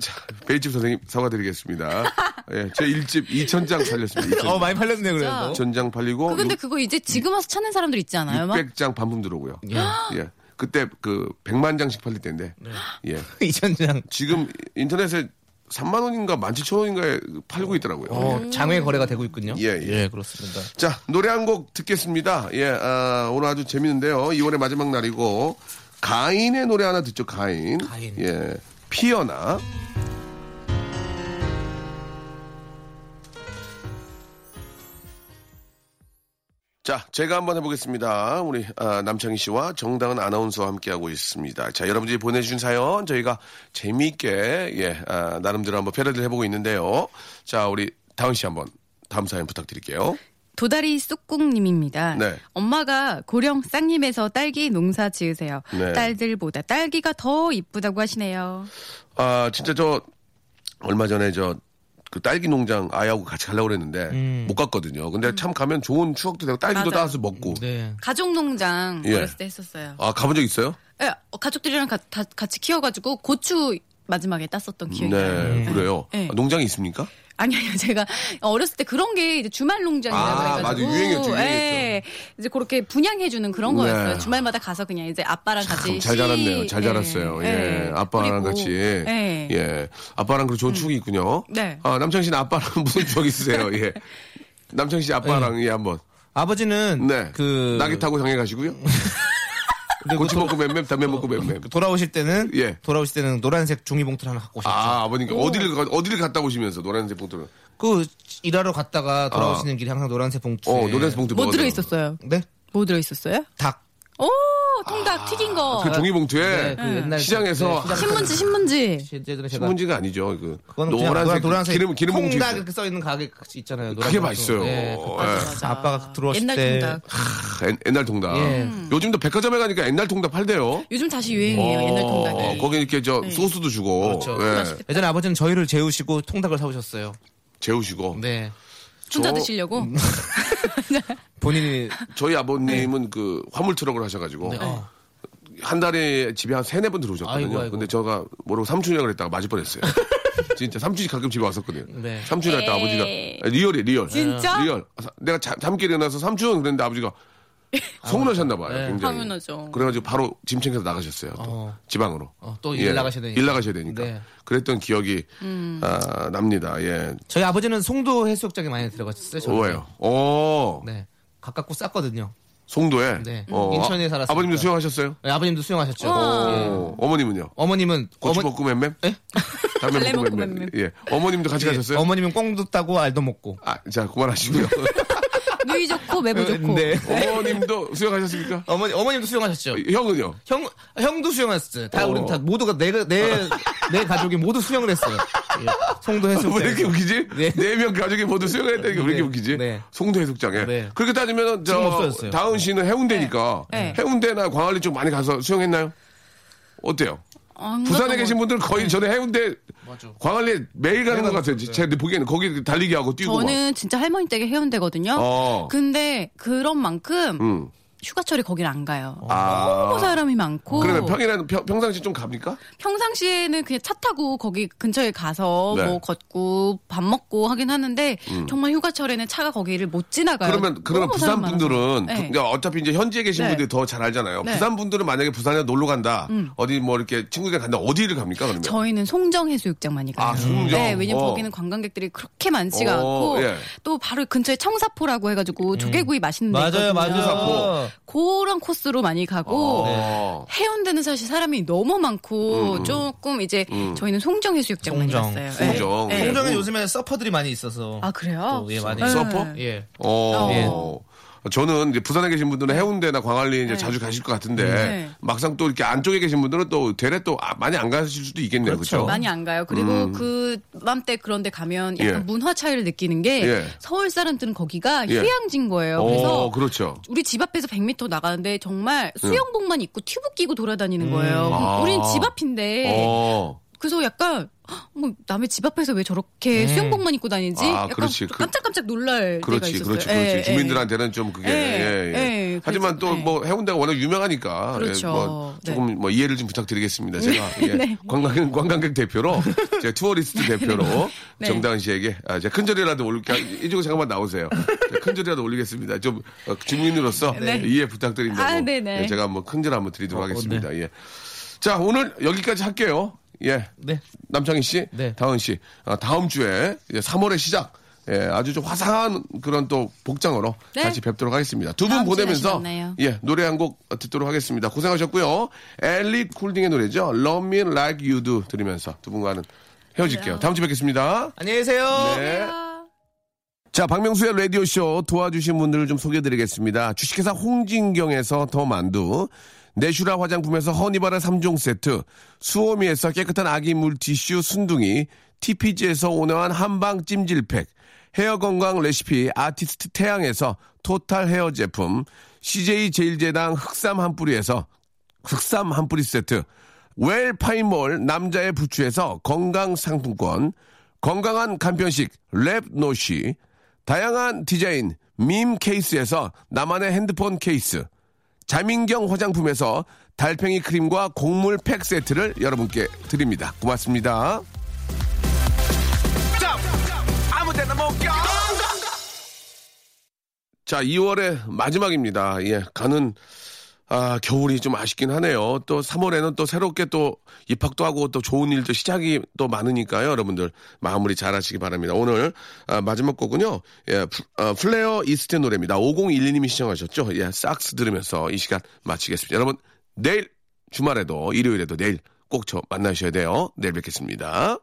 Speaker 1: 자, 베일집 선생님 사과드리겠습니다. 예, 제 1집 2,000장 살렸습니다. 2,000장.
Speaker 4: 어, 많이 팔렸네, 그래도.
Speaker 1: 전장 팔리고
Speaker 5: 근데 그거 이제 지금 와서 찾는 사람들 있지 않아요? 막
Speaker 1: 600장 반품 들어오고요.
Speaker 4: 예.
Speaker 1: 예. 그때 그 100만 장씩 팔릴 때인데. 예.
Speaker 4: 이천장.
Speaker 1: 지금 인터넷에 3만 원인가 17,000원인가에 팔고 있더라고요.
Speaker 4: 어, 장외 거래가 되고 있군요.
Speaker 1: 예, 예.
Speaker 4: 그렇습니다.
Speaker 1: 자, 노래 한 곡 듣겠습니다. 예, 아, 오늘 아주 재밌는데요. 2월의 마지막 날이고, 가인의 노래 하나 듣죠, 가인.
Speaker 4: 가인.
Speaker 1: 예, 피어나. 자, 제가 한번 해보겠습니다. 우리 아, 남창희 씨와 정다은 아나운서와 함께하고 있습니다. 자, 여러분들이 보내주신 사연 저희가 재미있게 예, 아, 나름대로 한번 패러디를 해보고 있는데요. 자, 우리 다은 씨 한번 다음 사연 부탁드릴게요.
Speaker 5: 도다리 쑥꿍님입니다.
Speaker 1: 네.
Speaker 5: 엄마가 고령 쌍님에서 딸기 농사 지으세요.
Speaker 1: 네.
Speaker 5: 딸들보다 딸기가 더 이쁘다고 하시네요.
Speaker 1: 아 진짜 저 얼마 전에 저 그 딸기 농장 아이하고 같이 가려고 그랬는데
Speaker 4: 음.
Speaker 1: 못 갔거든요. 근데 참 가면 좋은 추억도 되고 딸기도
Speaker 5: 음. 맞아요.
Speaker 1: 따서 먹고.
Speaker 4: 네.
Speaker 5: 가족 농장
Speaker 1: 예.
Speaker 5: 어렸을 때 했었어요.
Speaker 1: 아 가본 적 있어요?
Speaker 5: 예, 어, 가족들이랑 가- 다 같이 키워가지고 고추 마지막에 땄었던
Speaker 1: 네,
Speaker 5: 기억이 나요.
Speaker 4: 음.
Speaker 1: 그래요.
Speaker 5: 네.
Speaker 1: 아, 농장이 있습니까?
Speaker 5: 아니 아니요 제가 어렸을 때 그런 게 이제 주말 농장이라고
Speaker 1: 아,
Speaker 5: 그래가지고
Speaker 1: 맞아. 유행이었죠, 유행이었죠.
Speaker 5: 예, 이제 그렇게 분양해 주는 그런
Speaker 1: 네.
Speaker 5: 거였어요 주말마다 가서 그냥 이제 아빠랑 같이
Speaker 1: 잘
Speaker 5: 씨-
Speaker 1: 자랐네요. 잘
Speaker 5: 예,
Speaker 1: 자랐어요. 예. 아빠랑
Speaker 5: 뿌리고,
Speaker 1: 같이.
Speaker 5: 예.
Speaker 1: 예. 아빠랑 그런 좋은 추억이 있군요.
Speaker 5: 네.
Speaker 1: 아, 남창 씨는 아빠랑 무슨 추억 있으세요? 예. 남창 씨 아빠랑 예, 한번.
Speaker 4: 아버지는
Speaker 1: 네.
Speaker 4: 네. 그
Speaker 1: 낙이 타고 장에 가시고요.
Speaker 4: 근데
Speaker 1: 고치
Speaker 4: 그
Speaker 1: 먹고 맴맴, 담배 먹고 맴맴.
Speaker 4: 도- 그 돌아오실 때는
Speaker 1: 예.
Speaker 4: 돌아오실 때는 노란색 종이 봉투를 하나 갖고 오셨죠.
Speaker 1: 아, 아버님께 어디를, 가- 어디를 갔다 오시면서 노란색 봉투를.
Speaker 4: 그 일하러 갔다가 돌아오시는 길에 항상 노란색 봉투.
Speaker 1: 어, 노란색 봉투
Speaker 5: 뭐
Speaker 1: 먹어야
Speaker 5: 들어
Speaker 1: 돼요.
Speaker 5: 있었어요?
Speaker 4: 네.
Speaker 5: 뭐 들어 있었어요?
Speaker 4: 닭.
Speaker 5: 오 통닭 튀긴 거
Speaker 1: 그 종이
Speaker 4: 네,
Speaker 1: 봉투에
Speaker 4: 그 옛날
Speaker 1: 음. 시장에서
Speaker 4: 그- 네, 시장-
Speaker 5: 신문지 신문지
Speaker 4: 예전에 제가
Speaker 1: 신문지가 아니죠. 그
Speaker 4: 그건 그냥
Speaker 1: 노란색,
Speaker 4: 노란, 색
Speaker 1: 기름 기름 봉지.
Speaker 4: 통닭
Speaker 1: 있어요.
Speaker 4: 이렇게 써 있는 가게 있잖아요.
Speaker 1: 그게
Speaker 4: 노란색
Speaker 1: 맛있어요.
Speaker 4: 봉투. 예,
Speaker 1: 예.
Speaker 4: 그- 아빠가 들어오실
Speaker 5: 옛날
Speaker 4: 때
Speaker 5: 통닭
Speaker 1: 하, 아, 옛- 옛날 통닭. 음.
Speaker 4: 예.
Speaker 1: 요즘도 백화점에 가니까 옛날 통닭 팔대요.
Speaker 5: 요즘 다시 유행이에요 옛날 통닭이 네.
Speaker 1: 어, 거기 이렇게 저 소스도 주고
Speaker 4: 그렇죠.
Speaker 1: 예,
Speaker 4: 예전에 아버지는 저희를 재우시고 통닭을 사오셨어요.
Speaker 1: 재우시고
Speaker 4: 네.
Speaker 1: 저-
Speaker 5: 혼자
Speaker 1: 음.
Speaker 5: 드시려고
Speaker 4: 본인이
Speaker 1: 저희 아버님은 그 화물 트럭을 하셔가지고
Speaker 4: 어.
Speaker 1: 한 달에 집에 한 세네 번 들어오셨거든요.
Speaker 4: 아이고, 아이고.
Speaker 1: 근데 제가 모르고 삼촌이라고 그랬다가 맞을 뻔했어요. 진짜 삼촌이 가끔 집에 왔었거든요.
Speaker 4: 네.
Speaker 1: 삼촌이 왔다 아버지가
Speaker 5: 에이.
Speaker 1: 리얼이 리얼.
Speaker 5: 진짜?
Speaker 1: 리얼. 아, 사- 내가 잠, 잠길 일어나서 삼촌 그랬는데 아버지가 서운하셨나 봐요.
Speaker 4: 네.
Speaker 1: 굉장히.
Speaker 5: 당연하죠.
Speaker 1: 그래가지고 바로 짐 챙겨서 나가셨어요. 또
Speaker 4: 어.
Speaker 1: 지방으로. 예.
Speaker 4: 어, 또일 나가셔야 되니까.
Speaker 1: 일 나가셔야 되니까.
Speaker 4: 네.
Speaker 1: 그랬던 기억이
Speaker 5: 음.
Speaker 1: 아, 납니다. 예.
Speaker 4: 저희 아버지는 송도 해수욕장에 많이 들어갔었어요. 저는.
Speaker 1: 왜요? 오.
Speaker 4: 네. 가깝고 쌌거든요.
Speaker 1: 송도에.
Speaker 4: 네.
Speaker 1: 어,
Speaker 4: 인천에
Speaker 1: 아-
Speaker 4: 살았으니까.
Speaker 1: 아버님도 수영하셨어요?
Speaker 4: 네, 아버님도 수영하셨죠. 예.
Speaker 1: 어, 어머님은요?
Speaker 4: 어머님은
Speaker 1: 고추
Speaker 4: 어머-
Speaker 1: 볶고 맴맴?
Speaker 4: 예?
Speaker 1: 담배
Speaker 5: 달래
Speaker 1: 먹고
Speaker 5: 먹고
Speaker 1: 맴맴.
Speaker 5: 맴맴.
Speaker 1: 예. 어머님도 같이 가셨어요?
Speaker 4: 어머님은 꽁도 따고 알도 먹고.
Speaker 1: 아, 자, 그만하시고요.
Speaker 5: 누이 좋고 매부 좋고
Speaker 4: 네.
Speaker 1: 어머님도 수영하셨습니까?
Speaker 4: 어머니 어머님도 수영하셨죠.
Speaker 1: 형은요?
Speaker 4: 형 형도 수영했어요. 다
Speaker 1: 어.
Speaker 4: 우리 다 모두가 내내내 가족이 모두 수영을 했어요. 예. 송도 해수욕장.
Speaker 1: 왜 이렇게 웃기지?
Speaker 4: 네.
Speaker 1: 네 명 가족이 모두 수영했다니까 왜 이렇게
Speaker 4: 네.
Speaker 1: 웃기지?
Speaker 4: 네.
Speaker 1: 송도 해수욕장에.
Speaker 4: 네.
Speaker 1: 그렇게 따지면
Speaker 4: 지금
Speaker 1: 저
Speaker 4: 없어졌어요.
Speaker 1: 다은 씨는 해운대니까
Speaker 5: 네. 네.
Speaker 1: 해운대나 광안리 쪽 많이 가서 수영했나요? 어때요?
Speaker 5: 아,
Speaker 4: 음,
Speaker 1: 부산에
Speaker 5: 뭔가
Speaker 1: 계신
Speaker 4: 뭐-
Speaker 1: 분들
Speaker 4: 네.
Speaker 1: 거의 저는 해운대 광안리 매일 가는 것 같아요. 제가 보기에는 거기 달리기 하고 뛰고 막.
Speaker 5: 저는 진짜 할머니 댁에 해운대거든요.
Speaker 1: 어.
Speaker 5: 근데 그런 만큼
Speaker 1: 음.
Speaker 5: 휴가철에 거길 안 가요.
Speaker 1: 아.
Speaker 5: 너무 사람이 많고
Speaker 1: 그러면 평일에는 평- 평상시 좀 갑니까?
Speaker 5: 평상시에는 그냥 차 타고 거기 근처에 가서
Speaker 1: 네. 음.
Speaker 5: 뭐 걷고 밥 먹고 하긴 하는데 정말 휴가철에는 차가 거기를 못 지나가요.
Speaker 1: 그러면 그러면
Speaker 5: 너무
Speaker 1: 부산
Speaker 5: 사람
Speaker 1: 분들은
Speaker 5: 많아서. 네.
Speaker 1: 부- 어차피 이제 현지에 계신
Speaker 5: 네.
Speaker 1: 분들이 더 잘 알잖아요.
Speaker 5: 네. 음.
Speaker 1: 부산 분들은 만약에 부산에 놀러 간다, 어디 뭐 이렇게 친구들 간다, 어디를 갑니까 그러면?
Speaker 5: 저희는 송정 해수욕장 많이 가요.
Speaker 1: 아, 송정.
Speaker 5: 네, 왜냐면
Speaker 1: 어.
Speaker 5: 거기는 관광객들이 그렇게
Speaker 1: 어,
Speaker 5: 많지가 않고
Speaker 1: 예.
Speaker 5: 또 바로 근처에 청사포라고 해가지고 조개구이 맛있는 데
Speaker 4: 음. 맞아요, 네.
Speaker 5: 있거든요.
Speaker 4: 맞아요.
Speaker 5: 그런 코스로 많이
Speaker 1: 아.
Speaker 5: 가고
Speaker 1: 어.
Speaker 5: 해운대는 사실 사람이 너무 많고 조금 이제 저희는 송정 해수욕장 많이
Speaker 4: 송정.
Speaker 5: 갔어요.
Speaker 1: 음, 송정.
Speaker 5: 네.
Speaker 1: 송정.
Speaker 4: 송정에 요즘에 서퍼들이 많이 있어서.
Speaker 5: 아 그래요?
Speaker 4: 또, 예, 많이.
Speaker 5: 네.
Speaker 1: 서퍼?
Speaker 4: 예.
Speaker 1: 어. 저는 이제 부산에 계신 분들은 해운대나 광안리 이제 자주 가실 것 같은데
Speaker 5: 네.
Speaker 1: 막상 또 이렇게 안쪽에 계신 분들은 또 되레 또 아, 많이 안 가실 수도 있겠네요, 그렇죠?
Speaker 5: 많이 안 가요. 그리고 그 맘때 그런데 가면 약간
Speaker 1: 예.
Speaker 5: 문화 차이를 느끼는 게
Speaker 1: 예.
Speaker 5: 서울 사람들은 거기가
Speaker 1: 예.
Speaker 5: 휴양지인 거예요. 그래서
Speaker 1: 어, 그렇죠. 예.
Speaker 5: 우리 집 앞에서 100m 나가는데 정말 수영복만 입고 튜브 끼고 돌아다니는 거예요.
Speaker 1: 음. 아.
Speaker 5: 네. 우리는 집 앞인데
Speaker 1: 어.
Speaker 5: 그래서 약간 헉, 뭐 남의 집 앞에서 왜 저렇게 수영복만 입고 다니지?
Speaker 1: 음. 아,
Speaker 5: 약간
Speaker 1: 그렇지.
Speaker 5: 좀
Speaker 1: 그-
Speaker 5: 깜짝깜짝 놀랄 때가
Speaker 1: 그렇지,
Speaker 5: 있었어요.
Speaker 1: 그렇지,
Speaker 5: 예,
Speaker 1: 그렇지.
Speaker 5: 예.
Speaker 1: 주민들한테는 좀 그게.
Speaker 5: 예,
Speaker 1: 예, 예.
Speaker 5: 예,
Speaker 1: 하지만
Speaker 5: 그래서,
Speaker 1: 또 뭐 해운대가 워낙 유명하니까.
Speaker 5: 그렇죠.
Speaker 1: 예, 뭐
Speaker 5: 네.
Speaker 1: 조금 뭐 이해를 좀 부탁드리겠습니다. 제가
Speaker 5: 네,
Speaker 1: 예,
Speaker 5: 네.
Speaker 1: 관광객, 관광객 대표로, 제 투어리스트 대표로
Speaker 5: 네.
Speaker 1: 정다은 씨에게 아, 제가 큰 절이라도 올릴게 이쪽으로 잠깐만 나오세요. 제가 큰 절이라도 올리겠습니다. 좀 어, 주민으로서
Speaker 5: 네.
Speaker 1: 이해 부탁드린다고.
Speaker 5: 아, 네, 아, 네.
Speaker 1: 예, 제가 뭐 큰 절 한번 드리도록
Speaker 4: 어, 어,
Speaker 1: 하겠습니다. 예. 자, 오늘 여기까지 할게요. 예.
Speaker 4: 네.
Speaker 1: 남창희 씨,
Speaker 4: 네.
Speaker 1: 다은 씨, 아, 다음 주에 이제 3월의 시작, 예, 아주 좀 화사한 그런 또 복장으로
Speaker 5: 네.
Speaker 1: 다시 뵙도록 하겠습니다. 두 분
Speaker 5: 다음 주에
Speaker 1: 보내면서
Speaker 5: 다시 만나요.
Speaker 1: 예 노래 한 곡 듣도록 하겠습니다. 고생하셨고요. 엘리 쿨딩의 노래죠. Love Me Like You Do 들으면서 두 분과는 헤어질게요. 다음 주에 뵙겠습니다.
Speaker 4: 안녕히 계세요.
Speaker 1: 네.
Speaker 5: 아.
Speaker 1: 자, 박명수의 라디오쇼 도와주신 분들을 좀 소개해드리겠습니다. 주식회사 홍진경에서 더 만두, 내슈라 화장품에서 허니바라 3종 세트, 수오미에서 깨끗한 아기 물티슈 순둥이, TPG에서 온화한 한방 찜질팩, 헤어 건강 레시피 아티스트 태양에서 토탈 헤어 제품, CJ 제일제당 흑삼 한 뿌리에서 흑삼 한 뿌리 세트, 웰파인몰 남자의 부추에서 건강 상품권, 건강한 간편식 랩노시, 다양한 디자인 밈 케이스에서 나만의 핸드폰 케이스, 자민경 화장품에서 달팽이 크림과 곡물 팩 세트를 여러분께 드립니다. 고맙습니다. 자, 2월의 마지막입니다. 예, 가는 아, 겨울이 좀 아쉽긴 하네요. 또 3월에는 또 새롭게 또 입학도 하고 또 좋은 일도 시작이 또 많으니까요. 여러분들 마무리 잘 하시기 바랍니다. 오늘 아, 마지막 곡은요. 예, 플- 아, 플레어 이스트 노래입니다. 5012님이 시청하셨죠? 예, 싹스 들으면서 이 시간 마치겠습니다. 여러분 내일 주말에도 일요일에도 내일 꼭 저 만나셔야 돼요. 내일 뵙겠습니다.